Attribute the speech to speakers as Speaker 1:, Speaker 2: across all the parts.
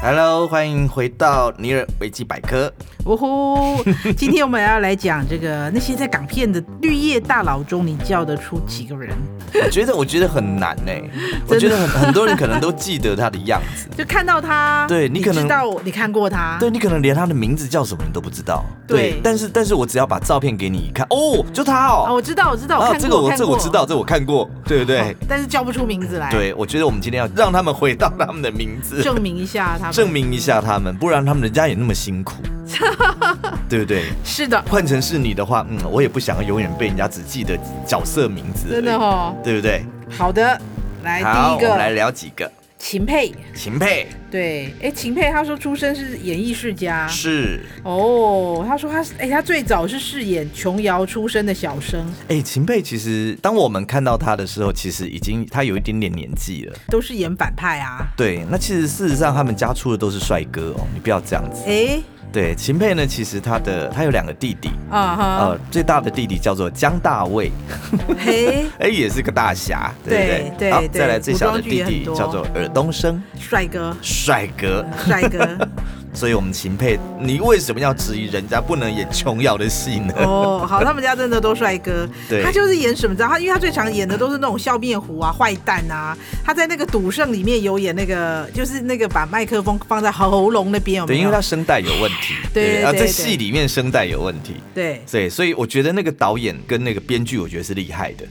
Speaker 1: Hello，欢迎回到尼尔维基百科。
Speaker 2: 哦吼！今天我们要来讲这个那些在港片的绿叶大佬中，你叫得出几个人？
Speaker 1: 我觉得我觉得很难呢、 我觉得很很多人可能都记得他的样子，
Speaker 2: 就看到他，
Speaker 1: 对你
Speaker 2: 你
Speaker 1: 可能
Speaker 2: 知道我你看过他，
Speaker 1: 对你可能连他的名字叫什么你都不知道。
Speaker 2: 对
Speaker 1: 但是但是我只要把照片给你一看，哦，就他
Speaker 2: 啊，
Speaker 1: 哦，
Speaker 2: 我知道，我知道，我看过，
Speaker 1: 这个我
Speaker 2: 看
Speaker 1: 这
Speaker 2: 过哦
Speaker 1: 个我知道，，这个我看过，对不对？
Speaker 2: 但是叫不出名字来，，
Speaker 1: 对，我觉得我们今天要让他们回到他们的名字，
Speaker 2: 证明一下他们
Speaker 1: 证明一下他们，不然他们人家也那么辛 苦，对不对？
Speaker 2: 是的，
Speaker 1: 换成是你的话，嗯，我也不想要永远被人家只记得角色名字而已，
Speaker 2: 真的哦。
Speaker 1: 对不对？
Speaker 2: 好的，来
Speaker 1: 好，
Speaker 2: 第一
Speaker 1: 我们来
Speaker 2: 个
Speaker 1: 聊几个。
Speaker 2: 秦沛，
Speaker 1: 秦沛
Speaker 2: 对，哎，秦沛他说出身是演艺世家，
Speaker 1: 是，
Speaker 2: 哦，他说他是，哎，他最早是饰演琼瑶出身的小生，
Speaker 1: 哎、秦沛其实当我们看到他的时候，其实已经他有一点点年纪了。
Speaker 2: 都是演反派啊，
Speaker 1: 对，那其实事实上他们家出的都是帅哥哦，你不要这样子。
Speaker 2: 哎，
Speaker 1: 对，秦沛呢，其实他的他有两个弟弟，
Speaker 2: 啊哈，
Speaker 1: 呃，最大的弟弟叫做江大卫，
Speaker 2: 嘿，
Speaker 1: 哎、也是个大侠，对不对？
Speaker 2: 对对
Speaker 1: 好，
Speaker 2: 对
Speaker 1: 再来最小的
Speaker 2: 古装剧
Speaker 1: 弟
Speaker 2: 也
Speaker 1: 弟
Speaker 2: 很多
Speaker 1: 叫做尔东升，
Speaker 2: 帅哥，
Speaker 1: 帅哥。
Speaker 2: 帅哥，
Speaker 1: 所以我们秦沛，你为什么要质疑人家不能演琼瑶的戏呢？
Speaker 2: 哦，好，他们家真的都帅哥
Speaker 1: 对。
Speaker 2: 他就是演什么？你知道他，因为他最常演的都是那种笑面虎啊、坏蛋啊。他在那个《赌圣》里面有演那个，就是那个把麦克风放在喉咙那边，有
Speaker 1: 对，
Speaker 2: 没
Speaker 1: 因为
Speaker 2: 有
Speaker 1: 他？声带有问 题，
Speaker 2: 对对
Speaker 1: 啊，
Speaker 2: 对
Speaker 1: 在
Speaker 2: 对
Speaker 1: 戏里面声带有问题，
Speaker 2: 对，
Speaker 1: 对，所以我觉得那个导演跟那个编剧，我觉得是厉 害的，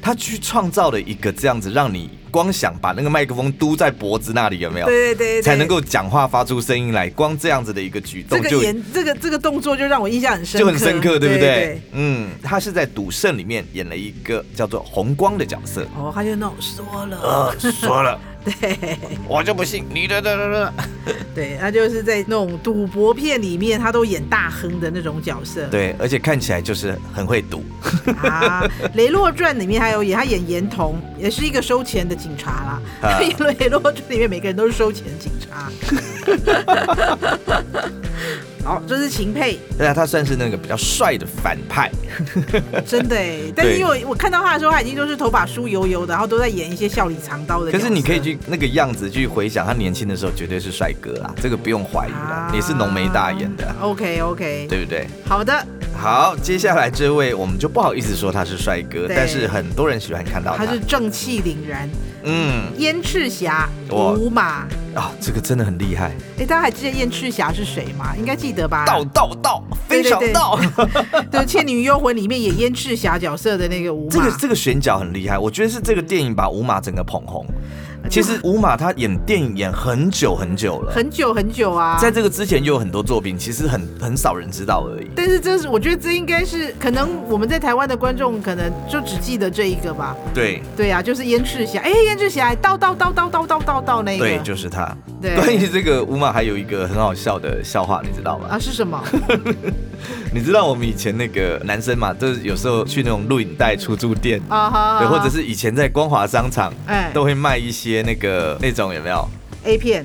Speaker 1: 他去创造了一个这样子，让你光想把那个麦克风嘟在脖子那里，有没有？
Speaker 2: 对对对，
Speaker 1: 才能够讲话发出声音来，光这样子的一个举
Speaker 2: 这
Speaker 1: 动
Speaker 2: 个
Speaker 1: 就
Speaker 2: 演这个这个动作就让我印象很深，
Speaker 1: 就很深刻，对不对？
Speaker 2: 对？
Speaker 1: 嗯，他是在《赌圣》里面演了一个叫做红光的角色，
Speaker 2: 哦，他就那种说了，
Speaker 1: 呃，说了，
Speaker 2: 对
Speaker 1: 我就不信你的的的的，
Speaker 2: 对，他就是在那种赌博片里面，他都演大亨的那种角色。
Speaker 1: 对，而且看起来就是很会赌，
Speaker 2: 啊，《雷洛传》里面还有演，他演严童，也是一个收钱的警察啦。
Speaker 1: 啊
Speaker 2: 因为《雷洛传》里面每个人都是收钱的警察。 好，这是秦沛，
Speaker 1: 对啊，他算是那个比较帅的反派，
Speaker 2: 真的哎。但是
Speaker 1: 对
Speaker 2: 因为我我看到他的时候，他已经就是头发梳油油的，然后都在演一些笑里藏刀的角
Speaker 1: 可
Speaker 2: 色。
Speaker 1: 是你可以去那个样子去回想，他年轻的时候绝对是帅哥啦，这个不用怀疑啦
Speaker 2: 啊，
Speaker 1: 也是浓眉大眼的，
Speaker 2: OK OK，
Speaker 1: 对不对？
Speaker 2: 好的，
Speaker 1: 好，接下来这位我们就不好意思说他是帅哥，
Speaker 2: 对
Speaker 1: 但是很多人喜欢看到
Speaker 2: 他
Speaker 1: 他。
Speaker 2: 是正气凛然，
Speaker 1: 嗯，
Speaker 2: 燕赤霞、
Speaker 1: 哇
Speaker 2: 五马。
Speaker 1: 啊、这个真的很厉害，
Speaker 2: 哎，大家还记得燕赤霞是谁吗？应该记得吧？
Speaker 1: 道道道，非
Speaker 2: 啊对对
Speaker 1: 常
Speaker 2: 对
Speaker 1: 道。
Speaker 2: 对，《倩女幽魂》里面演燕赤霞角色的那个五马，
Speaker 1: 这个这个选角很厉害，我觉得是这个电影把吴马整个捧红。其实吴马他演电影演很久很久了，
Speaker 2: 呃很久很久啊。
Speaker 1: 在这个之前就有很多作品，其实很很少人知道而已。
Speaker 2: 但是这是我觉得这应该是可能我们在台湾的观众可能就只记得这一个吧。
Speaker 1: 对
Speaker 2: 对啊，就是燕赤霞，哎，燕赤霞，到到到到到到到到那个，
Speaker 1: 对，就是他。
Speaker 2: 对
Speaker 1: 关于这个吴马还有一个很好笑的笑话，你知道吗？
Speaker 2: 啊是什么？
Speaker 1: 你知道我们以前那个男生嘛，就是有时候去那种录影带出租店，
Speaker 2: 啊哈，
Speaker 1: 对，或者是以前在光华商场，
Speaker 2: 哎
Speaker 1: 都会卖一些那个那种有没有？
Speaker 2: A 片，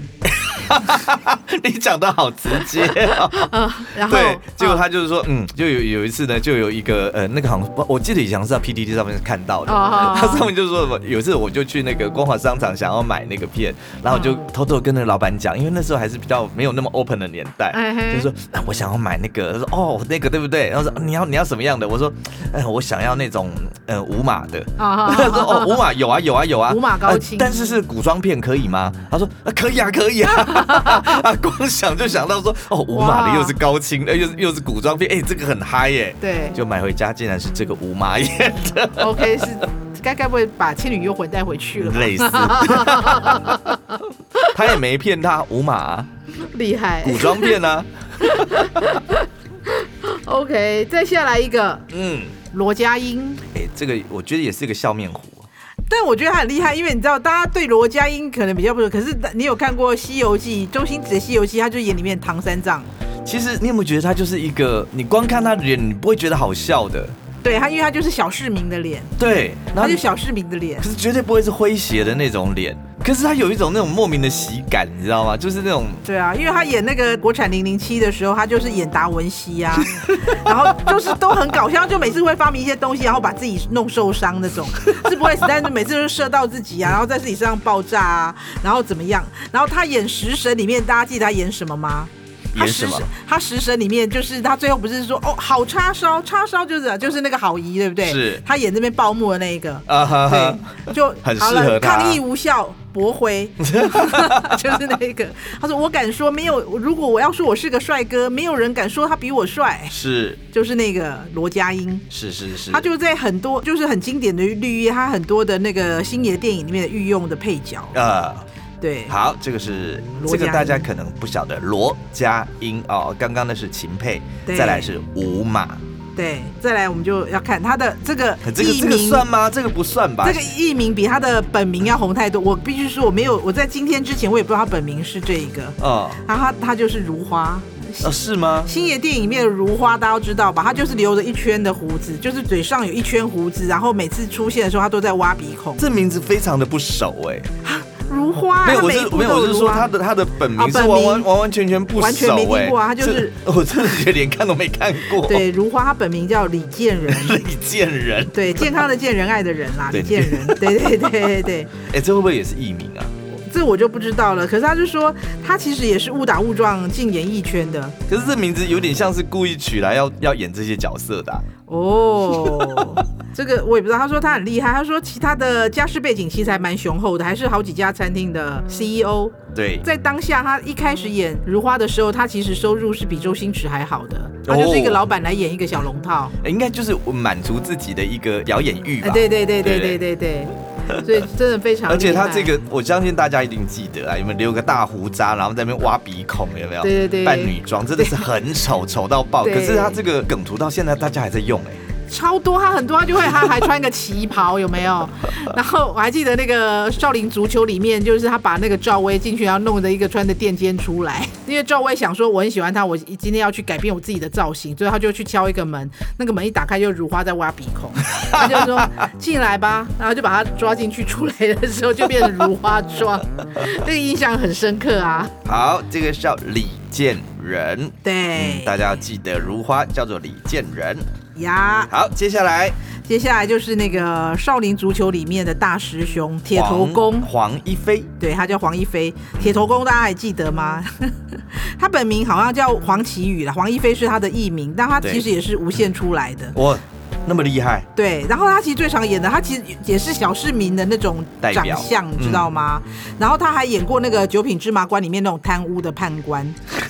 Speaker 1: 你讲的好直接、哦，
Speaker 2: 嗯，然后
Speaker 1: 对，结果
Speaker 2: 啊
Speaker 1: 他就是说，嗯，就有有一次呢，就有一个呃，那个好像不我记得以前是在 PDD 上面看到的，
Speaker 2: 哦
Speaker 1: 他上面就说什么，有一次我就去那个光华商场想要买那个片，然后我就
Speaker 2: 嗯
Speaker 1: 偷偷跟那个老板讲，因为那时候还是比较没有那么 open 的年代，
Speaker 2: 嗯哼
Speaker 1: 就说、啊、我想要买那个，他说哦那个对不对？然后说你要你要什么样的？我说，哎、我想要那种呃无码的。
Speaker 2: 啊
Speaker 1: 他
Speaker 2: 哈，
Speaker 1: 说：“哦，无码有啊，有啊，有啊，
Speaker 2: 无码高清
Speaker 1: 但是是古装片可以吗？”他说：“啊，可以啊，可以啊。” 啊，光想就想到说：“哦，无码
Speaker 2: 哇
Speaker 1: 的又是高清，呃又是又是古装片，哎、这个很嗨耶、
Speaker 2: 对
Speaker 1: 就买回家，竟然是这个无码耶，
Speaker 2: ，OK 是。该该不会把《倩女幽魂》带回去了 吧？
Speaker 1: 类似。他也没骗他，无码、啊、
Speaker 2: 厉害
Speaker 1: 古装片啊，
Speaker 2: ！OK，再下来一个
Speaker 1: 嗯，
Speaker 2: 罗家英，
Speaker 1: 哎、这个我觉得也是个笑面虎。啊
Speaker 2: 但我觉得他很厉害，因为你知道，大家对罗家英可能比较不熟，可是你有看过《西游记》周星驰的《西游记》，他就演里面唐三藏，
Speaker 1: 其实你有没有觉得他就是一个，你光看他的脸，你不会觉得好笑的，
Speaker 2: 对他，因为他就是小市民的脸，
Speaker 1: 对，然
Speaker 2: 他
Speaker 1: 后
Speaker 2: 就
Speaker 1: 你
Speaker 2: 小市民的脸
Speaker 1: 可，是绝对不会是诙谐的那种脸。可是他有一种那种莫名的喜感，你知道吗？就是那种
Speaker 2: 对啊，因为他演那个国产零零七的时候，他就是演达文西啊，然后就是都很搞笑，就每次会发明一些东西，然后把自己弄受伤那种，是不会死，但是每次都射到自己啊，然后在自己身上爆炸啊，然后怎么样？然后他演《食神》里面，大家记得他演什么吗？他
Speaker 1: 演
Speaker 2: 食
Speaker 1: 什么
Speaker 2: 神，他食神里面就是他最后不是说哦好叉烧，叉烧就是就是那个好姨对不对？
Speaker 1: 是
Speaker 2: 他演这边报幕的那一个，
Speaker 1: 啊哈哈，
Speaker 2: 对，就
Speaker 1: 很适
Speaker 2: 好了
Speaker 1: 合他
Speaker 2: 抗议无效，驳回，就是那一个。他说：“我敢说没有，如果我要说我是个帅哥，没有人敢说他比我帅。
Speaker 1: 是”
Speaker 2: 就是那个罗家英，
Speaker 1: 是是是，
Speaker 2: 他就在很多就是很经典的绿叶，他很多的那个星爷电影里面的御用的配角，
Speaker 1: 呃。
Speaker 2: 对，
Speaker 1: 好，这个是
Speaker 2: 罗
Speaker 1: 这个
Speaker 2: 家
Speaker 1: 大家
Speaker 2: 英
Speaker 1: 可能不晓得，罗家英哦，刚刚那是秦沛，
Speaker 2: 对
Speaker 1: 再来是吴马，
Speaker 2: 对。再来我们就要看他的这个
Speaker 1: 这个
Speaker 2: 艺
Speaker 1: 这个
Speaker 2: 名。
Speaker 1: 算吗？这个不算吧？
Speaker 2: 这个艺名比他的本名要红太多，我必须说，我没有，我在今天之前我也不知道他本名是这一个，
Speaker 1: 哦
Speaker 2: 然后他他就是如花，
Speaker 1: 哦是吗？
Speaker 2: 星爷电影里面的如花，大家都知道吧？她就是留着一圈的胡子，就是嘴上有一圈胡子，然后每次出现的时候，她都在挖鼻孔。
Speaker 1: 这名字非常的不熟哎，
Speaker 2: 如花、啊，
Speaker 1: 没有，
Speaker 2: 她
Speaker 1: 我
Speaker 2: 每一
Speaker 1: 是
Speaker 2: 部
Speaker 1: 没有，
Speaker 2: 都
Speaker 1: 我是
Speaker 2: 如
Speaker 1: 说
Speaker 2: 花
Speaker 1: 他的他的本
Speaker 2: 啊
Speaker 1: 名是
Speaker 2: 本
Speaker 1: 完完
Speaker 2: 名
Speaker 1: 完完全全不熟哎，
Speaker 2: 完全没听过啊他就是
Speaker 1: 这我真的觉得连看都没看过。，
Speaker 2: 对如花，她本名叫李 健仁，
Speaker 1: 李健人，
Speaker 2: 对健康的健，仁爱的仁啦，
Speaker 1: 对
Speaker 2: 李健 仁，对对对对对，
Speaker 1: 哎，这会不会也是艺名啊？
Speaker 2: 这我就不知道了。可是他就说，他其实也是误打误撞进演艺圈的
Speaker 1: 可是这名字有点像是故意取来要要演这些角色的啊、
Speaker 2: 哦。这个我也不知道，他说他很厉害，他说其他的家世背景其实还蛮雄厚的，还是好几家餐厅
Speaker 1: 嗯
Speaker 2: 的 CEO。
Speaker 1: 对，
Speaker 2: 在当下，他一开始演如花的时候，他其实收入是比周星驰还好的，
Speaker 1: 哦
Speaker 2: 他就是一个老板来演一个小龙套。
Speaker 1: 应该就是满足自己的一个表演欲
Speaker 2: 哎，
Speaker 1: 吧。
Speaker 2: 对对对对
Speaker 1: 对
Speaker 2: 对对对，所以真的非 常。
Speaker 1: 而且他这，个，我相信大家一定记得啊，有没有留个大胡渣，然后在那边挖鼻孔，有没有？
Speaker 2: 对对对
Speaker 1: 扮女装真的是很丑，丑到爆。
Speaker 2: 对
Speaker 1: 可是他这个梗图到现在大家还在用哎、
Speaker 2: 超多，他很多，他就会他还穿个旗袍，有没有？然后我还记得那个《少林足球》里面，就是他把那个赵薇进去，然后弄着一个穿着垫肩出来，因为赵薇想说我很喜欢他，我今天要去改变我自己的造型，所以他就去敲一个门，那个门一打开就如花在挖鼻孔， 他就说进来吧，然后就把他抓进去，出来的时候就变成如花妆，那个印象很深刻啊。
Speaker 1: 好，这个叫李建仁，
Speaker 2: 对
Speaker 1: 嗯，大家要记得如花叫做李建仁。
Speaker 2: 呀，
Speaker 1: 好，接下来
Speaker 2: 接下来就是那个《少林足球》里面的大师兄铁头功
Speaker 1: 黄。黄一飞，
Speaker 2: 对他叫黄一飞，铁头功大家还记得吗？ 他本名好像叫黄奇宇啦，黄一飞是他的艺名，但他
Speaker 1: 对
Speaker 2: 其实也是无线出来的。
Speaker 1: 哇，那么厉害，
Speaker 2: 对，然后他其实最常演的，他其实也是小市民的那种
Speaker 1: 代
Speaker 2: 长
Speaker 1: 表嗯
Speaker 2: 相，你知道吗？然后他还演过那个《九品芝麻官》里面那种贪污的判官，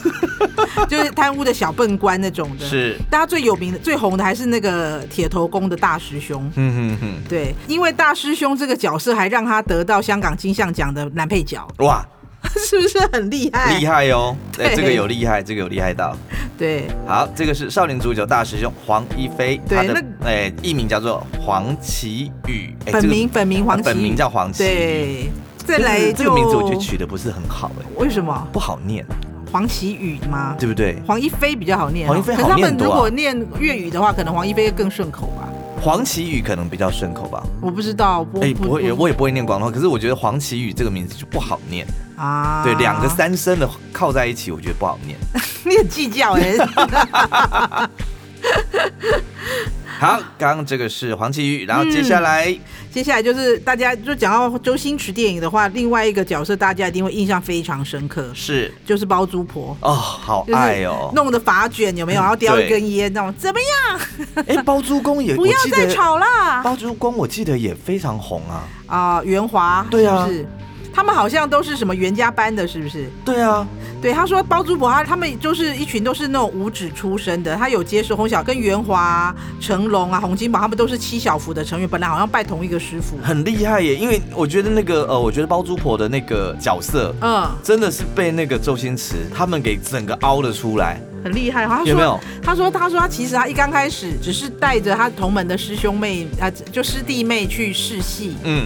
Speaker 2: 就是贪污的小笨官那种的。。
Speaker 1: 是，
Speaker 2: 大家最有名的、最红的还是那个铁头功的大师兄。
Speaker 1: 嗯哼哼，
Speaker 2: 对，因为大师兄这个角色还让他得到香港金像奖的男配角，
Speaker 1: 哇，
Speaker 2: 是不是很厉害？
Speaker 1: 厉害哦，哎、
Speaker 2: 对
Speaker 1: 这个有厉害，这个有厉害到。
Speaker 2: 对
Speaker 1: 好，这个是少林足球大师兄黄一飞，
Speaker 2: 对
Speaker 1: 他的
Speaker 2: 那
Speaker 1: 哎艺、名叫做黄奇宇，哎
Speaker 2: 本名
Speaker 1: 这个
Speaker 2: 本名黄
Speaker 1: 啊
Speaker 2: 奇
Speaker 1: 本名叫黄奇宇
Speaker 2: 对，
Speaker 1: 这
Speaker 2: 再
Speaker 1: 个
Speaker 2: 来就
Speaker 1: 这个名字我觉得取得不是很好哎、
Speaker 2: 为什么
Speaker 1: 不好念，
Speaker 2: 黄奇宇吗？
Speaker 1: 对不对？
Speaker 2: 黄一飞比较好念哦，
Speaker 1: 黄一飞
Speaker 2: 可是
Speaker 1: 好
Speaker 2: 他
Speaker 1: 念
Speaker 2: 们
Speaker 1: 多
Speaker 2: 如
Speaker 1: 啊
Speaker 2: 果念粤语的话，可能黄一飞更顺口吧。
Speaker 1: 黄奇宇可能比较顺口吧。
Speaker 2: 我不知道，不
Speaker 1: 哎、不会，我也不会念广东话，可是我觉得黄奇宇这个名字就不好念，
Speaker 2: 啊，
Speaker 1: 对，两个，三声的靠在一起，我觉得不好念。
Speaker 2: 你很计较哎、
Speaker 1: 好，刚刚这个是黄奇宇，然后接下来、
Speaker 2: 接下来就是大家就讲到周星驰电影的话，另外一个角色大家一定会印象非常深刻，
Speaker 1: 是
Speaker 2: 就是包租婆。
Speaker 1: 哦，好
Speaker 2: 就是
Speaker 1: 爱哦，
Speaker 2: 弄的发卷有没
Speaker 1: 嗯
Speaker 2: 有？然后叼一根烟，那种怎么样？
Speaker 1: 哎、包租公也
Speaker 2: 不要
Speaker 1: 我记
Speaker 2: 再
Speaker 1: 得
Speaker 2: 吵啦！
Speaker 1: 包租公我记得也非常红啊，
Speaker 2: 啊、袁华，
Speaker 1: 对啊
Speaker 2: 是不是？他们好像都是什么袁家班的，是不是？
Speaker 1: 对啊，
Speaker 2: 对，他说包租婆，他他们就是一群都是那种五指出身的，他有接受洪小跟袁华、啊、成龙啊、洪金宝，他们都是七小福的成员，本来好像拜同一个师傅。
Speaker 1: 很厉害耶，因为我觉得那个呃，我觉得包租婆的那个角色。
Speaker 2: 嗯，
Speaker 1: 真的是被那个周星驰他们给整个凹了出来，
Speaker 2: 很厉害。他说，
Speaker 1: 有没有？
Speaker 2: 他说，他说他其实他一刚开始只是带着他同门的师兄妹啊，就师弟妹去试戏，
Speaker 1: 嗯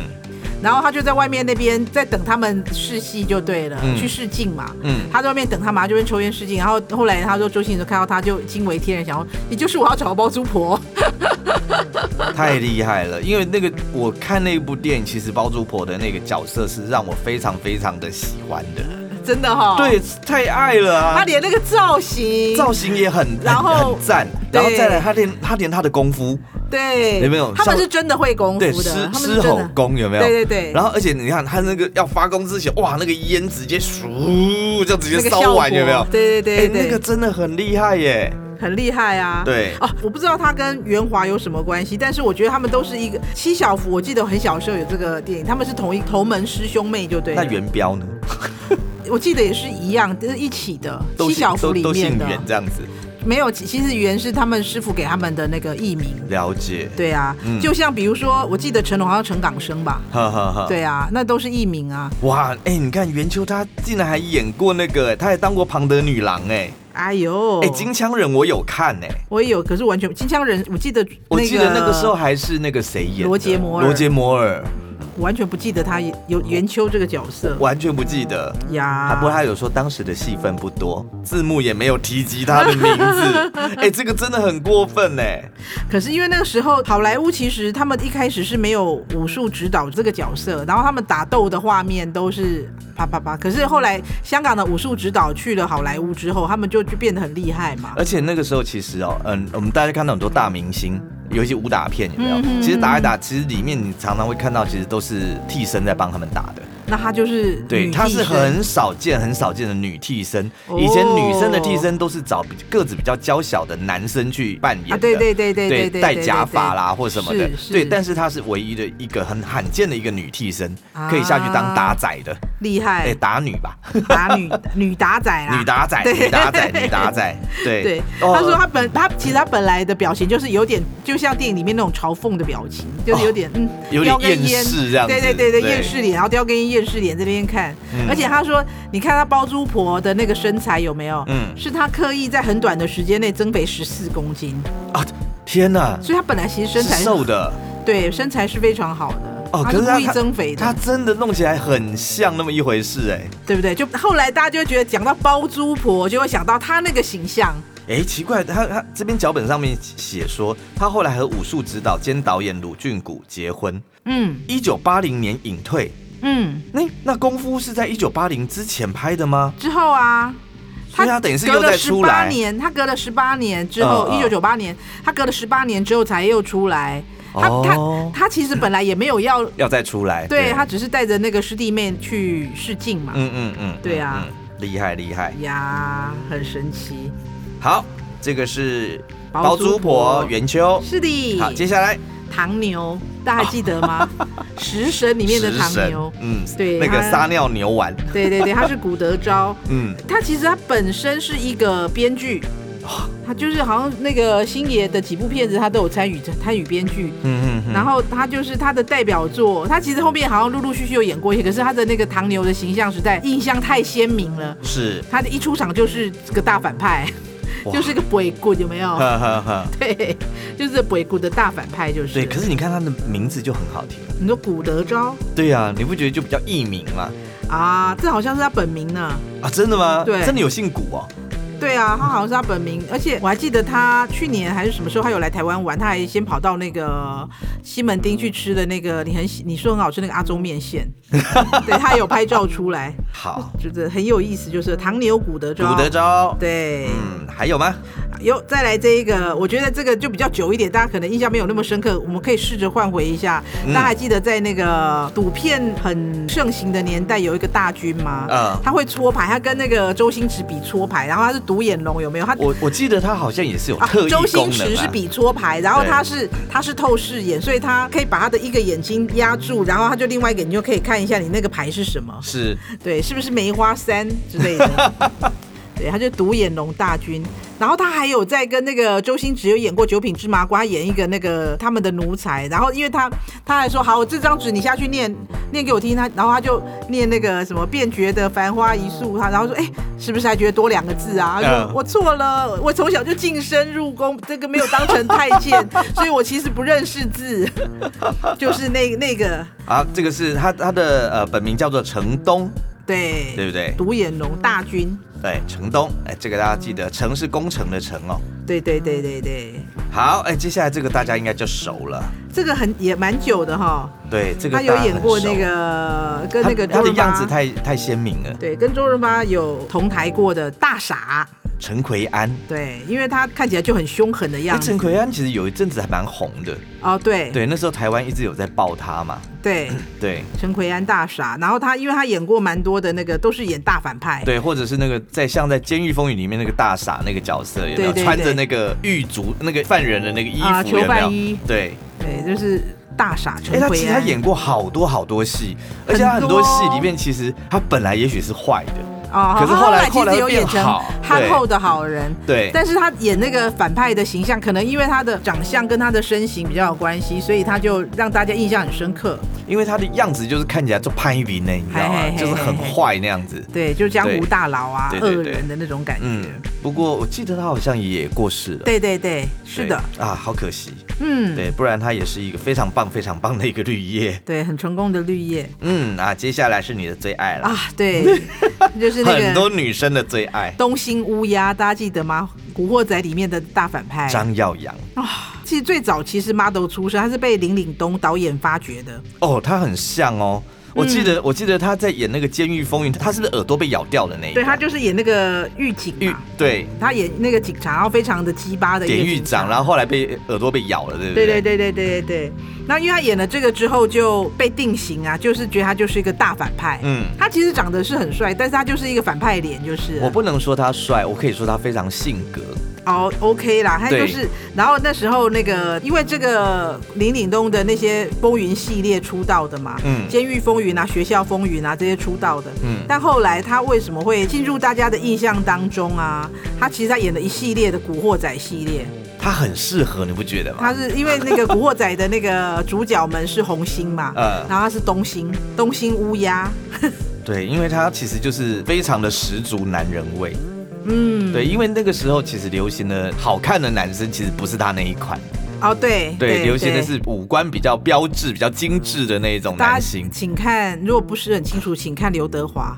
Speaker 2: 然后他就在外面那边在等他们试戏就对了，
Speaker 1: 嗯
Speaker 2: 去试镜嘛。
Speaker 1: 嗯，
Speaker 2: 他在外面等他妈就边抽烟试镜，然后后来他说周星驰看到他就惊为天人，想要你就是我要找的包租婆，
Speaker 1: 太厉害了！因为那个我看那部电影，其实包租婆的那个角色是让我非常非常的喜欢的，
Speaker 2: 真的哈、，
Speaker 1: 对，太爱了
Speaker 2: 哦他
Speaker 1: 啊！
Speaker 2: 连那个造型，
Speaker 1: 造型也很
Speaker 2: 然后
Speaker 1: 很很赞，
Speaker 2: 对
Speaker 1: 然后再来他连他连他的功夫，哎
Speaker 2: 对，
Speaker 1: 有没有
Speaker 2: 他
Speaker 1: 像
Speaker 2: 们是真的会功
Speaker 1: 对
Speaker 2: 夫
Speaker 1: 狮
Speaker 2: 的，他们
Speaker 1: 狮
Speaker 2: 是真
Speaker 1: 吼
Speaker 2: 的。
Speaker 1: 功有没有？
Speaker 2: 对对对
Speaker 1: 然后而且你看他那个要发功之前，哇，那个烟直接咻，这样直接
Speaker 2: 那个
Speaker 1: 烧
Speaker 2: 效果
Speaker 1: 完有没有？
Speaker 2: 对对对
Speaker 1: 哎
Speaker 2: 对，
Speaker 1: 那个真的很厉害耶！
Speaker 2: 很厉害啊。
Speaker 1: 对
Speaker 2: 哦，我不知道他跟袁华有什么关系，但是我觉得他们都是一个七小福。我记得我很小的时候有这个电影，他们是同一同门师兄妹，就对了。
Speaker 1: 那元彪呢？
Speaker 2: 我记得也是一样，就是一起的
Speaker 1: 都
Speaker 2: 七
Speaker 1: 姓
Speaker 2: 小福
Speaker 1: 都
Speaker 2: 里
Speaker 1: 都
Speaker 2: 面
Speaker 1: 姓
Speaker 2: 的，
Speaker 1: 袁这样子，
Speaker 2: 没有。其其实袁是他们师傅给他们的那个艺名。
Speaker 1: 了解，
Speaker 2: 对啊，
Speaker 1: 嗯
Speaker 2: 就像比如说，我记得成龙好像陈港生吧，
Speaker 1: 哈哈哈。
Speaker 2: 对啊，那都是艺名啊。
Speaker 1: 哇，哎、你看袁秋她竟然还演过那个，她还当过庞德女郎、
Speaker 2: 哎呦，
Speaker 1: 哎，哎，金枪人我有看、哎，
Speaker 2: 我也有，可是完全金枪人，我记得、那个，
Speaker 1: 我记得那个时候还是那个谁演的，
Speaker 2: 罗杰摩尔
Speaker 1: 罗杰摩尔，
Speaker 2: 我完全不记得他有有袁秋这个角色
Speaker 1: 完全不记得。他
Speaker 2: 呀。
Speaker 1: 啊不过他有说当时的戏份不多，字幕也没有提及他的名字，哎、这个真的很过分哎、
Speaker 2: 可是因为那个时候好莱坞其实他们一开始是没有武术指导这个角色，然后他们打斗的画面都是啪啪啪。可是后来香港的武术指导去了好莱坞之后，他们就就变得很厉害嘛。
Speaker 1: 而且那个时候其实哦，嗯，我们大家看到很多大明星，有一些武打片有没有？其实打一打，其实里面你常常会看到，其实都是替身在帮他们打的。
Speaker 2: 那他就是
Speaker 1: 对，
Speaker 2: 女替
Speaker 1: 她是
Speaker 2: 身
Speaker 1: 很少见、很少见的女替身。
Speaker 2: 哦
Speaker 1: 以前女生的替身都是找比个子比较娇小的男生去扮演的，
Speaker 2: 啊，对对对对对对，
Speaker 1: 戴假发啦或什么的
Speaker 2: 是。是
Speaker 1: 对，但是她是唯一的一个很罕见的一个女替身
Speaker 2: 啊，
Speaker 1: 可以下去当打仔的，
Speaker 2: 厉
Speaker 1: 哎，
Speaker 2: 害，
Speaker 1: 打女吧，
Speaker 2: 打女女打仔啦，
Speaker 1: 女打仔，
Speaker 2: 啊对
Speaker 1: 女打仔，女打 仔。对
Speaker 2: 对，
Speaker 1: 哦
Speaker 2: 他说他本他其实他本来的表情就是有点，就像电影里面那种嘲讽的表情，就是有点、嗯，
Speaker 1: 哦有点
Speaker 2: 叼根
Speaker 1: 厌世这样子
Speaker 2: 对对对对，
Speaker 1: 对
Speaker 2: 厌世脸，然后叼根烟厌世脸这边看，
Speaker 1: 嗯
Speaker 2: 而且他说，你看他包租婆的那个身材有没有？
Speaker 1: 嗯
Speaker 2: 是他刻意在很短的时间内增肥十四公斤，
Speaker 1: 啊，天哪，
Speaker 2: 所以他本来其实
Speaker 1: 是
Speaker 2: 身材是
Speaker 1: 瘦的。
Speaker 2: 对身材是非常好的，
Speaker 1: 哦，
Speaker 2: 他
Speaker 1: 可是
Speaker 2: 故
Speaker 1: 他
Speaker 2: 意增肥的
Speaker 1: 他，真的弄起来很像那么一回事哎、
Speaker 2: 对不对？就后来大家就会觉得讲到包租婆，就会想到她那个形象，
Speaker 1: 哎、奇怪，他他这边脚本上面写说，他后来和武术指导兼导演鲁俊谷结婚，
Speaker 2: 嗯
Speaker 1: 一九八零年隐退。
Speaker 2: 嗯。
Speaker 1: 那、那功夫是在一九八零之前拍的吗？
Speaker 2: 之后啊，
Speaker 1: 所以他等于是
Speaker 2: 隔
Speaker 1: 又
Speaker 2: 了
Speaker 1: 再
Speaker 2: 十
Speaker 1: 出
Speaker 2: 八
Speaker 1: 来
Speaker 2: 年，他隔了十八年之后，一
Speaker 1: 嗯
Speaker 2: 九
Speaker 1: 嗯
Speaker 2: 九八年，他隔了十八年之后才又出来。他、
Speaker 1: 哦
Speaker 2: 他他其实本来也没 有要，
Speaker 1: 要再出来？
Speaker 2: 对他，只是带着那个师弟妹去试镜嘛。
Speaker 1: 嗯嗯嗯，
Speaker 2: 对啊
Speaker 1: 嗯，嗯厉害厉害。
Speaker 2: 呀，很神奇。
Speaker 1: 好，这个是
Speaker 2: 包
Speaker 1: 包
Speaker 2: 租
Speaker 1: 租
Speaker 2: 婆
Speaker 1: 婆元秋。
Speaker 2: 是的，
Speaker 1: 好，接下来
Speaker 2: 唐牛，大家还记 得吗？食神里面的
Speaker 1: 食
Speaker 2: 唐
Speaker 1: 神
Speaker 2: 牛，
Speaker 1: 嗯，
Speaker 2: 对
Speaker 1: 那个
Speaker 2: 他
Speaker 1: 撒尿牛丸，
Speaker 2: 对对对，他是古德昭。
Speaker 1: 嗯，
Speaker 2: 他其实他本身是一个编剧，他就是好像那个星爷的几部片子，他都有参与参与编剧。
Speaker 1: 嗯嗯嗯，
Speaker 2: 然后他就是他的代表作，他其实后面好像陆陆续续有演过一些，可是他的那个唐牛的形象实在印象太鲜明了。
Speaker 1: 是，
Speaker 2: 他的一出场就是个大反派，
Speaker 1: 哇
Speaker 2: 就是个鬼谷，有没有？
Speaker 1: 呵呵呵，
Speaker 2: 对，就是鬼谷的大反派，就是。
Speaker 1: 对。可是你看他的名字就很好听，
Speaker 2: 你说古德昭
Speaker 1: 对呀、啊，你不觉得就比较艺名吗？
Speaker 2: 啊，这好像是他本名呢、
Speaker 1: 啊，真的吗？
Speaker 2: 对
Speaker 1: 真的有姓古哦。
Speaker 2: 对啊，他好像是他本名，而且我还记得他去年还是什么时候，他有来台湾玩，他还先跑到那个西门町去吃的那个你很喜你说很好吃那个阿中 面线，对他有拍照出来，
Speaker 1: 好，
Speaker 2: 就是很有意思，就是唐牛古德
Speaker 1: 古
Speaker 2: 庄。
Speaker 1: 德昭。
Speaker 2: 对，
Speaker 1: 嗯，还有吗？
Speaker 2: 有再来这一个，我觉得这个就比较久一点，大家可能印象没有那么深刻，我们可以试着换回一下。
Speaker 1: 嗯
Speaker 2: 大家还记得在那个赌片很盛行的年代，有一个大军吗？
Speaker 1: 嗯
Speaker 2: 他会搓牌，他跟那个周星驰比搓牌，然后他是独眼龙，有没有？他
Speaker 1: 我我记得他好像也是有
Speaker 2: 啊
Speaker 1: 特，异
Speaker 2: 周星
Speaker 1: 功能、
Speaker 2: 驰是比搓牌，然后
Speaker 1: 对
Speaker 2: 他是他是透视眼，所以他可以把他的一个眼睛压住，然后他就另外一个眼睛就可以看一下你那个牌是什么，
Speaker 1: 是
Speaker 2: 对，是不是梅花三之类的？ 对，他就独眼龙大军，然后他还有在跟那个周星驰有演过《九品芝麻官》，他演一个那个他们的奴才，然后因为他他还说好，我这张纸你下去念念给我听，他然后他就念那个什么便觉的繁花一束，他然后说哎，是不是还觉得多两个字啊？他说、
Speaker 1: 嗯
Speaker 2: 我错了，我从小就晋升入宫，这个没有当成太监，所以我其实不认识字，就是那那个
Speaker 1: 啊，这个是他他的呃本名叫做程东，
Speaker 2: 对
Speaker 1: 对不对？
Speaker 2: 独眼龙大军，
Speaker 1: 哎，城东，哎，这个大家记得，城是工程的城哦。
Speaker 2: 对对对对对，
Speaker 1: 好，哎，接下来这个大家应该就熟了。
Speaker 2: 这个很也蛮久的哈，
Speaker 1: 对，这个
Speaker 2: 他有
Speaker 1: 大家
Speaker 2: 演
Speaker 1: 很
Speaker 2: 过
Speaker 1: 熟
Speaker 2: 那个跟
Speaker 1: 他
Speaker 2: 那个
Speaker 1: 他
Speaker 2: 周
Speaker 1: 的
Speaker 2: 润
Speaker 1: 样
Speaker 2: 发
Speaker 1: 子太太鲜明了。
Speaker 2: 对，跟周润发有同台过的大傻，
Speaker 1: 陈奎安，
Speaker 2: 对，因为他看起来就很凶狠的
Speaker 1: 哎，
Speaker 2: 样子
Speaker 1: 陈奎安其实有一阵子还蛮红的，
Speaker 2: 哦，对
Speaker 1: 对，那时候台湾一直有在爆他嘛，
Speaker 2: 对，
Speaker 1: 对
Speaker 2: 陈奎安大傻，然后他因为他演过蛮多的那个都是演大反派，
Speaker 1: 对，或者是那个在像在《监狱风云》里面那个大傻那个角色，有没有
Speaker 2: 对对
Speaker 1: 穿着那个狱卒那个犯人的那个衣服，
Speaker 2: 啊囚
Speaker 1: 有没有
Speaker 2: 犯衣？啊
Speaker 1: 对，
Speaker 2: 对，就是大傻
Speaker 1: 哎、
Speaker 2: 陈
Speaker 1: 他其
Speaker 2: 奎
Speaker 1: 实他
Speaker 2: 安
Speaker 1: 演过好多好多戏，而且他很多戏里面其实他本来也许是坏的，
Speaker 2: 哦，
Speaker 1: 可是
Speaker 2: 他
Speaker 1: 后来
Speaker 2: 来其
Speaker 1: 后来
Speaker 2: 实有
Speaker 1: 变
Speaker 2: 演成
Speaker 1: 好
Speaker 2: 憨
Speaker 1: 对
Speaker 2: 厚的好人，
Speaker 1: 对，
Speaker 2: 但是他演那个反派的形象，可能因为他的长相跟他的身形比较有关系，所以他就让大家印象很深刻。
Speaker 1: 因为他的样子就是看起来就潘一林呢，你知道
Speaker 2: 嘿
Speaker 1: 吗
Speaker 2: 嘿？嘿
Speaker 1: 就是很坏那样子。
Speaker 2: 对，就江湖大佬啊，
Speaker 1: 对
Speaker 2: 恶
Speaker 1: 对对对
Speaker 2: 人的那种感觉。
Speaker 1: 嗯，不过我记得他好像也过世了。
Speaker 2: 对对对，是的，
Speaker 1: 对啊，好可惜。
Speaker 2: 嗯，
Speaker 1: 对，不然他也是一个非常棒、非常棒的一个绿叶。
Speaker 2: 对，很成功的绿叶
Speaker 1: 嗯啊，接下来是你的最爱了，
Speaker 2: 啊， 对，就是那
Speaker 1: 很多
Speaker 2: 个
Speaker 1: 女生的最爱，
Speaker 2: 东星乌鸦，大家记得吗？《古惑仔》里面的大反派。啊
Speaker 1: 张耀扬。
Speaker 2: 其实最早其实 model 出身，他是被林岭东导演发掘的。
Speaker 1: 哦，他很像哦。
Speaker 2: 嗯
Speaker 1: 我记得，我记得他在演那个《监狱风云》，他是不是耳朵被咬掉的那一个？
Speaker 2: 对他就是演那个狱警
Speaker 1: 狱
Speaker 2: 嘛，
Speaker 1: 对
Speaker 2: 他演那个警察，然后非常的鸡巴的一个
Speaker 1: 典狱
Speaker 2: 警察
Speaker 1: 长，然后后来被耳朵被咬了，对不
Speaker 2: 对
Speaker 1: 对？
Speaker 2: 对对对对对对。那因为他演了这个之后就被定型啊，就是觉得他就是一个大反派。
Speaker 1: 嗯
Speaker 2: 他其实长得是很帅，但是他就是一个反派脸，就是了
Speaker 1: 我不能说他帅，我可以说他非常性格。
Speaker 2: 哦 OK 啦，他
Speaker 1: 对
Speaker 2: 就是。然后那时候那个，因为这个林岭东的那些风云系列出道的嘛，
Speaker 1: 嗯
Speaker 2: 监狱风云啊、学校风云啊这些出道的，
Speaker 1: 嗯
Speaker 2: 但后来他为什么会进入大家的印象当中啊？他其实他演了一系列的古惑仔系列，
Speaker 1: 他很适合，你不觉得吗？
Speaker 2: 他是因为那个《古惑仔》的那个主角们是红星嘛，
Speaker 1: 嗯
Speaker 2: 然后他是东星，东星乌鸦，
Speaker 1: 对，因为他其实就是非常的十足男人味。
Speaker 2: 嗯，
Speaker 1: 对，因为那个时候其实流行的好看的男生其实不是他那一款，
Speaker 2: 哦对
Speaker 1: 对，流行的是五官比较标致、比较精致的那一种
Speaker 2: 大
Speaker 1: 男
Speaker 2: 家
Speaker 1: 性。
Speaker 2: 请看，如果不是很清楚，请看刘德华，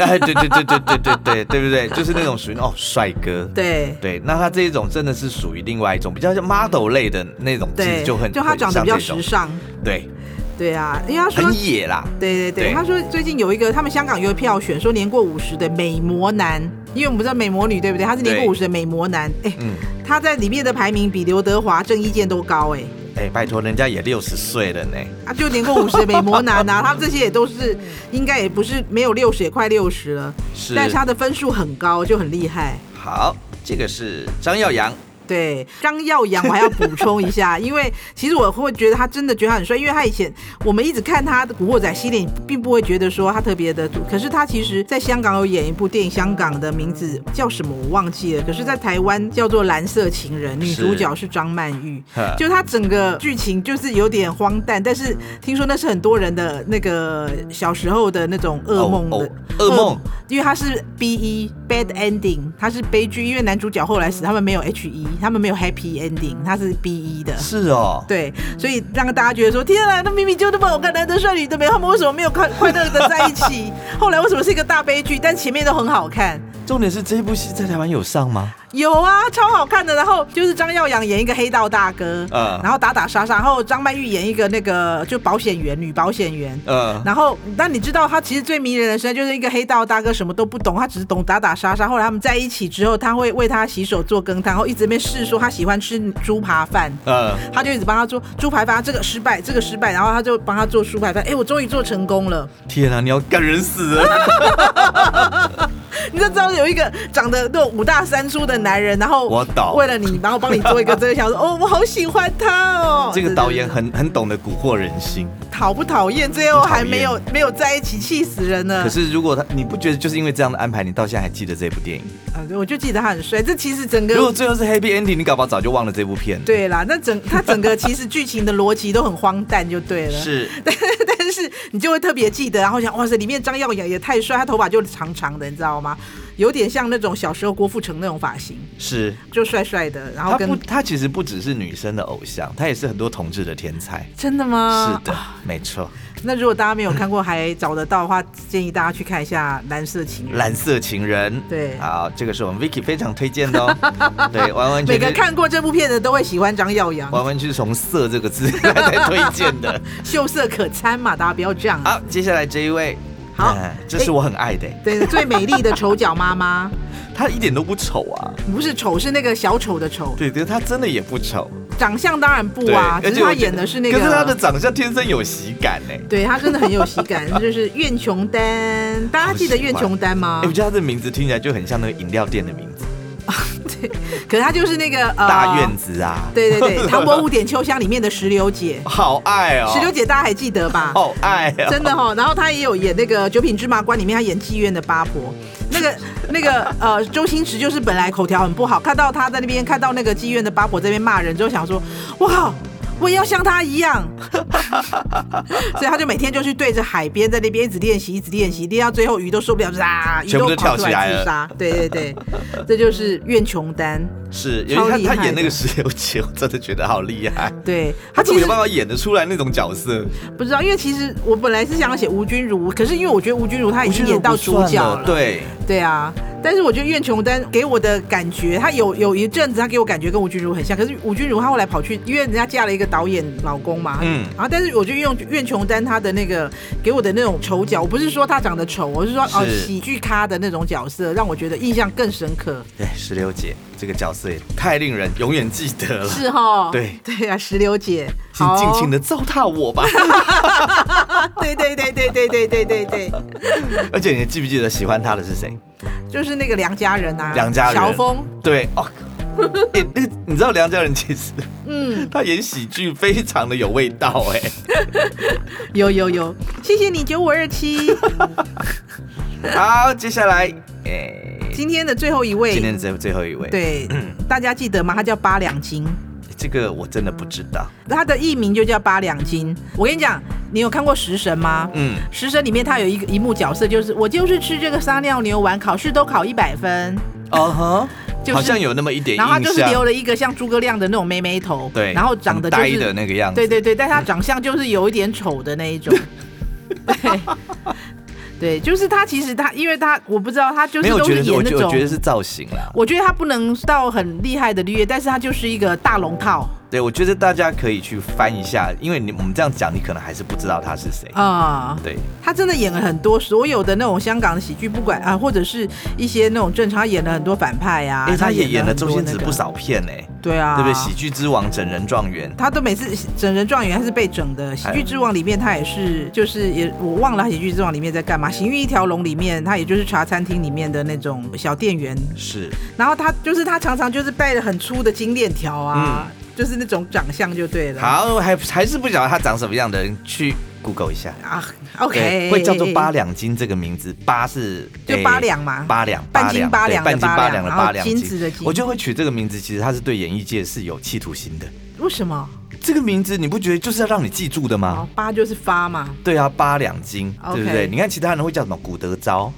Speaker 1: 哎，对对对对对对对，对不对？就是那种属于哦帅哥。
Speaker 2: 对。
Speaker 1: 对，那他这一种真的是属于另外一种比较像 model 类的那种，其
Speaker 2: 对，
Speaker 1: 实就很
Speaker 2: 就他长得比较时，
Speaker 1: 很像
Speaker 2: 尚，
Speaker 1: 这种对，
Speaker 2: 对啊，因为他说
Speaker 1: 很，野啦。
Speaker 2: 对对对，
Speaker 1: 对
Speaker 2: 他说最近有一个他们香港有一个票选说年过五十的美魔男，因为我们知道美魔女对不对？他是年过
Speaker 1: 对
Speaker 2: 五十的美魔男，哎、
Speaker 1: 嗯，
Speaker 2: 他在里面的排名比刘德华、郑伊健都高哎、
Speaker 1: 哎，拜托，人家也六十岁了呢。
Speaker 2: 啊，就年过五十的美魔男啊，他们这些也都是应该也不是没有六十，也快六十了，
Speaker 1: 是
Speaker 2: 但是他的分数很高，就很厉害。
Speaker 1: 好，这个是张耀扬，
Speaker 2: 对张耀扬，我还要补充一下，因为其实我会觉得他真的觉得他很帅，因为他以前我们一直看他的《古惑仔》系列，并不会觉得说他特别的土，可是他其实在香港有演一部电影，香港的名字叫什么我忘记了，可是在台湾叫做《蓝色情人》，女主
Speaker 1: 是
Speaker 2: 角是张曼玉，
Speaker 1: 呵
Speaker 2: 就他整个剧情就是有点荒诞，但是听说那是很多人的那个小时候的那种噩梦的、
Speaker 1: 哦哦噩梦，
Speaker 2: 因为他是 B E bad ending，他是悲剧，因为男主角后来死，他们没有 H E，他们没有 happy ending，他是 B E 的。
Speaker 1: 是哦，
Speaker 2: 对，所以让大家觉得说，天啊，那明明就那么好看，男的帅，女的美，他们为什么没有快快乐的在一起？ 后来为什么是一个大悲剧？但前面都很好看。
Speaker 1: 重点是这部戏在台湾有上吗？
Speaker 2: 有啊，超好看的。然后就是张耀扬演一个黑道大哥，
Speaker 1: 嗯
Speaker 2: 呃然后打打杀杀。然后张曼玉演一个那个就保险员，女保险员。
Speaker 1: 呃，
Speaker 2: 然后，但你知道他其实最迷人的身就是一个黑道大哥，什么都不懂，他只是懂打打杀杀。后来他们在一起之后，他会为他洗手做羹汤，然后一直被试说他喜欢吃猪扒饭。
Speaker 1: 呃，
Speaker 2: 他就一直帮他做猪排饭，这个失败，这个失败，然后他就帮他做猪排饭。哎，我终于做成功了！
Speaker 1: 天啊，你要干人死了！
Speaker 2: 你就知道有一个长得那种五大三粗的男人，然后
Speaker 1: 我懂
Speaker 2: 为了你，然后帮你做一个这个，想说哦，我好喜欢他哦。
Speaker 1: 这个导演
Speaker 2: 对
Speaker 1: 很很懂得蛊惑人心。
Speaker 2: 对对讨不讨厌？最后
Speaker 1: 很讨
Speaker 2: 还
Speaker 1: 厌
Speaker 2: 没有没有在一起，气死人了。
Speaker 1: 可是如果他，你不觉得就是因为这样的安排，你到现在还记得这部电影？
Speaker 2: 啊，我就记得他很帅。这其实整
Speaker 1: 如果
Speaker 2: 个
Speaker 1: 最后是 happy ending，你搞不好早就忘了这部片了。
Speaker 2: 对啦，那整他整个其实剧情的逻辑都很荒诞，就对了。
Speaker 1: 是，
Speaker 2: 但是你就会特别记得，然后想哇塞，里面张耀扬也太帅，他头发就长长的，你知道吗？有点像那种小时候郭富城那种发型，
Speaker 1: 是
Speaker 2: 就帅帅的，然后
Speaker 1: 他
Speaker 2: 跟
Speaker 1: 哦不，他其实不只是女生的偶像，他也是很多同志的天才。
Speaker 2: 真的吗？
Speaker 1: 是的，没错，
Speaker 2: 那如果大家没有看过还找得到的话，建议大家去看一下《蓝色情人》。
Speaker 1: 蓝色情人。
Speaker 2: 对
Speaker 1: 好，这个是我们 Vicky 非常推荐的 哦。对，完完
Speaker 2: 每
Speaker 1: 全
Speaker 2: 个
Speaker 1: 全，
Speaker 2: 看过这部片的都会喜欢张耀扬，
Speaker 1: 完完全是从“色”这个字 来推荐 的。
Speaker 2: 秀色可餐嘛，大家不要这样。
Speaker 1: 好，接下来这一位，
Speaker 2: 好
Speaker 1: 嗯这是我很爱的，
Speaker 2: 对，最美丽的丑角妈 妈，
Speaker 1: 他一点都不丑啊。
Speaker 2: 不是丑，是那个小丑的丑，
Speaker 1: 对，对，他真的也不丑。
Speaker 2: 长相当然不
Speaker 1: 对，
Speaker 2: 啊，
Speaker 1: 而且
Speaker 2: 只是
Speaker 1: 我
Speaker 2: 她
Speaker 1: 觉
Speaker 2: 演
Speaker 1: 得
Speaker 2: 的是那个，
Speaker 1: 可是他的长相天生有喜感欸呢。
Speaker 2: 对她真的很有喜感， 就是苑琼丹，大家记得苑琼丹吗
Speaker 1: 哎，我？觉得他的名字听起来就很像那个饮料店的名字，哎
Speaker 2: 可是她就是那个呃，
Speaker 1: 大院，子啊。
Speaker 2: 对对 对，《唐伯虎点秋香》里面的石榴姐，
Speaker 1: 好爱哦，
Speaker 2: 石榴姐大家还记得吧？
Speaker 1: 好爱哦，
Speaker 2: 真的哈、哦，然后她也有演那个《九品芝麻官》里面，她演妓院的八婆。那个那个呃，周星驰就是本来口条很不好，看到她在那边看到那个妓院的八婆在那边骂人，之后想说，我靠，我也要像她一样。所以他就每天就去对着海边，在那边一直练习，一直练习，练到最后鱼都受不了，啊，鱼
Speaker 1: 全部
Speaker 2: 都
Speaker 1: 都跳
Speaker 2: 跑出
Speaker 1: 起来
Speaker 2: 来自
Speaker 1: 了
Speaker 2: 杀。对对对，这就是苑琼丹。
Speaker 1: 是，
Speaker 2: 超
Speaker 1: 因为
Speaker 2: 厉
Speaker 1: 他
Speaker 2: 害
Speaker 1: 他演那
Speaker 2: 的
Speaker 1: 个石榴姐，我真的觉得好厉害。
Speaker 2: 对
Speaker 1: 他
Speaker 2: 他
Speaker 1: 怎
Speaker 2: 哎其
Speaker 1: 么
Speaker 2: 实
Speaker 1: 有办法演得出来那种角色？
Speaker 2: 不知道，因为其实我本来是想要写吴君如，可是因为我觉得吴君如她已经演到主角了，
Speaker 1: 对，
Speaker 2: 对啊，但是我觉得苑琼丹给我的感觉，她有有一阵子她给我感觉跟吴君如很像，可是吴君如她后来跑去，因为人家嫁了一个导演老公嘛，嗯，
Speaker 1: 嗯，
Speaker 2: 然后但是我觉得用苑琼丹她的那个给我的那种丑角，我不是说她长得丑，我是说哦
Speaker 1: 是
Speaker 2: 喜剧咖的那种角色，让我觉得印象更深刻，
Speaker 1: 对，石榴姐这个角色也太令人永远记得了。
Speaker 2: 是哈，
Speaker 1: 对
Speaker 2: 对啊，石榴姐，
Speaker 1: 请
Speaker 2: 好
Speaker 1: 尽情的糟蹋我 吧！
Speaker 2: 哦对对对对对对对对对，
Speaker 1: 而且你记不记得喜欢他的是谁？
Speaker 2: 就是那个梁家人啊，
Speaker 1: 梁家人
Speaker 2: 乔峰，
Speaker 1: 对哦， 哎、那个你知道梁家仁其实
Speaker 2: 嗯。
Speaker 1: 他演喜剧非常的有味道哎、
Speaker 2: 有有有，谢谢你九五二七。
Speaker 1: 好，接下来哎、
Speaker 2: 今天的最后一位，
Speaker 1: 今天最最后一位，，
Speaker 2: 对， 大家记得吗？他叫八两金，
Speaker 1: 这个我真的不知道。
Speaker 2: 他的艺名就叫八两金。我跟你讲，你有看过《食神》吗？
Speaker 1: 嗯，
Speaker 2: 食神》里面他有一个一幕角色，就是我就是吃这个撒尿牛丸，考试都考一百分，
Speaker 1: 哦哈、
Speaker 2: 嗯就是
Speaker 1: 好像有那么一点印
Speaker 2: 然
Speaker 1: 象。
Speaker 2: 后他就是留了一个像诸葛亮的那种妹妹头，
Speaker 1: 对，
Speaker 2: 然后长得就
Speaker 1: 很呆
Speaker 2: 是
Speaker 1: 的那个样子。
Speaker 2: 对对对，但他长相就是有一点丑的那 一种。对， 对，就是他其实他，因为他我不知道他就
Speaker 1: 没
Speaker 2: 是
Speaker 1: 有
Speaker 2: 都
Speaker 1: 觉
Speaker 2: 是
Speaker 1: 得是，
Speaker 2: 演
Speaker 1: 我
Speaker 2: 那
Speaker 1: 觉我
Speaker 2: 种
Speaker 1: 觉得是造型啦。
Speaker 2: 我觉得他不能到很厉害的绿，但是他就是一个大龙套
Speaker 1: 对，我觉得大家可以去翻一下，因为你我们这样讲，你可能还是不知道他是谁。
Speaker 2: 啊、
Speaker 1: 对，
Speaker 2: 他真的演了很多所有的那种香港的喜剧，不管啊，或者是一些那种正常，他演了很多反派啊呀、
Speaker 1: 哎、他也演了
Speaker 2: 很多
Speaker 1: 周星驰
Speaker 2: 那个
Speaker 1: 不，少片哎、
Speaker 2: 对啊，
Speaker 1: 对不对？喜剧之王、整人状元，
Speaker 2: 他都每次整人状元，他是被整的。喜剧之王里面，他也是，就是也我忘了他喜剧之王里面在干嘛。行运一条龙里面，他也就是茶餐厅里面的那种小店员，
Speaker 1: 是
Speaker 2: 然后他就是他常常就是戴着很粗的金链条啊，就是那种长相就对
Speaker 1: 嗯
Speaker 2: 了。
Speaker 1: 好，还还是不晓得他长什么样的人去 Google 一下。
Speaker 2: 啊
Speaker 1: 对，
Speaker 2: ，OK，
Speaker 1: 会叫做八两金这个名字，八是
Speaker 2: 就
Speaker 1: 诶
Speaker 2: 八两嘛
Speaker 1: 八两，
Speaker 2: 半斤八两
Speaker 1: 对半斤
Speaker 2: 的八
Speaker 1: 八
Speaker 2: 两
Speaker 1: 两的
Speaker 2: 然后
Speaker 1: 八两
Speaker 2: 金子的金
Speaker 1: 我就会取这个名字，其实他是对演艺界是有企图心的。
Speaker 2: 为什么？
Speaker 1: 这个名字你不觉得就是要让你记住的吗
Speaker 2: 好？，八就是发嘛。
Speaker 1: 对啊，八两金，
Speaker 2: 哦 OK
Speaker 1: 对不对？你看其他人会叫什么古德昭，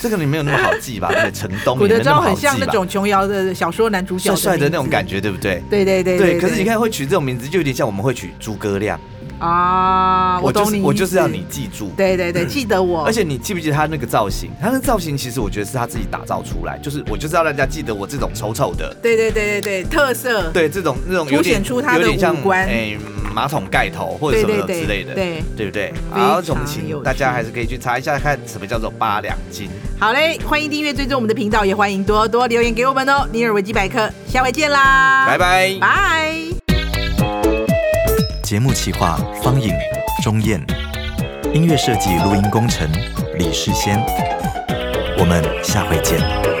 Speaker 1: 这个你没有那么好 记吧？对不对，城东
Speaker 2: 古
Speaker 1: 也
Speaker 2: 德
Speaker 1: 没哦那
Speaker 2: 昭
Speaker 1: 么好
Speaker 2: 很像
Speaker 1: 记
Speaker 2: 那
Speaker 1: 吧
Speaker 2: 种琼瑶的小说男主角
Speaker 1: 帅帅的那种感
Speaker 2: 觉。
Speaker 1: 觉，对不对？
Speaker 2: 对对对
Speaker 1: 对，可是你看会取这种名字，就有点像我们会取诸葛亮。
Speaker 2: 啊，
Speaker 1: 我就
Speaker 2: 懂
Speaker 1: 是
Speaker 2: 你，
Speaker 1: 我就是要你。记住。
Speaker 2: 对对对，记得我。
Speaker 1: 而且你记不记得他那个造型？他那个造型其实我觉得是他自己打造出来，就是我就是要让大家记得我这种丑丑的，
Speaker 2: 对对对对对，特色。
Speaker 1: 对这种那种有点
Speaker 2: 凸显出他的
Speaker 1: 有点像
Speaker 2: 五官
Speaker 1: 哎、马桶盖头或者什
Speaker 2: 对
Speaker 1: 么
Speaker 2: 对对
Speaker 1: 之类的，
Speaker 2: 对
Speaker 1: 对不对？
Speaker 2: 非
Speaker 1: 好，
Speaker 2: 常
Speaker 1: 总
Speaker 2: 有
Speaker 1: 请
Speaker 2: 趣
Speaker 1: 大家还是可以去查一下，看什么叫做八两金。
Speaker 2: 好嘞，欢迎订阅追踪我们的频道，也欢迎多多留言给我们哦。尼尔维基百科，下回见啦，
Speaker 1: 拜拜。
Speaker 2: 拜。
Speaker 1: 节目企划：方颖、钟燕，音乐设计、录音工程：李世先。我们下回见。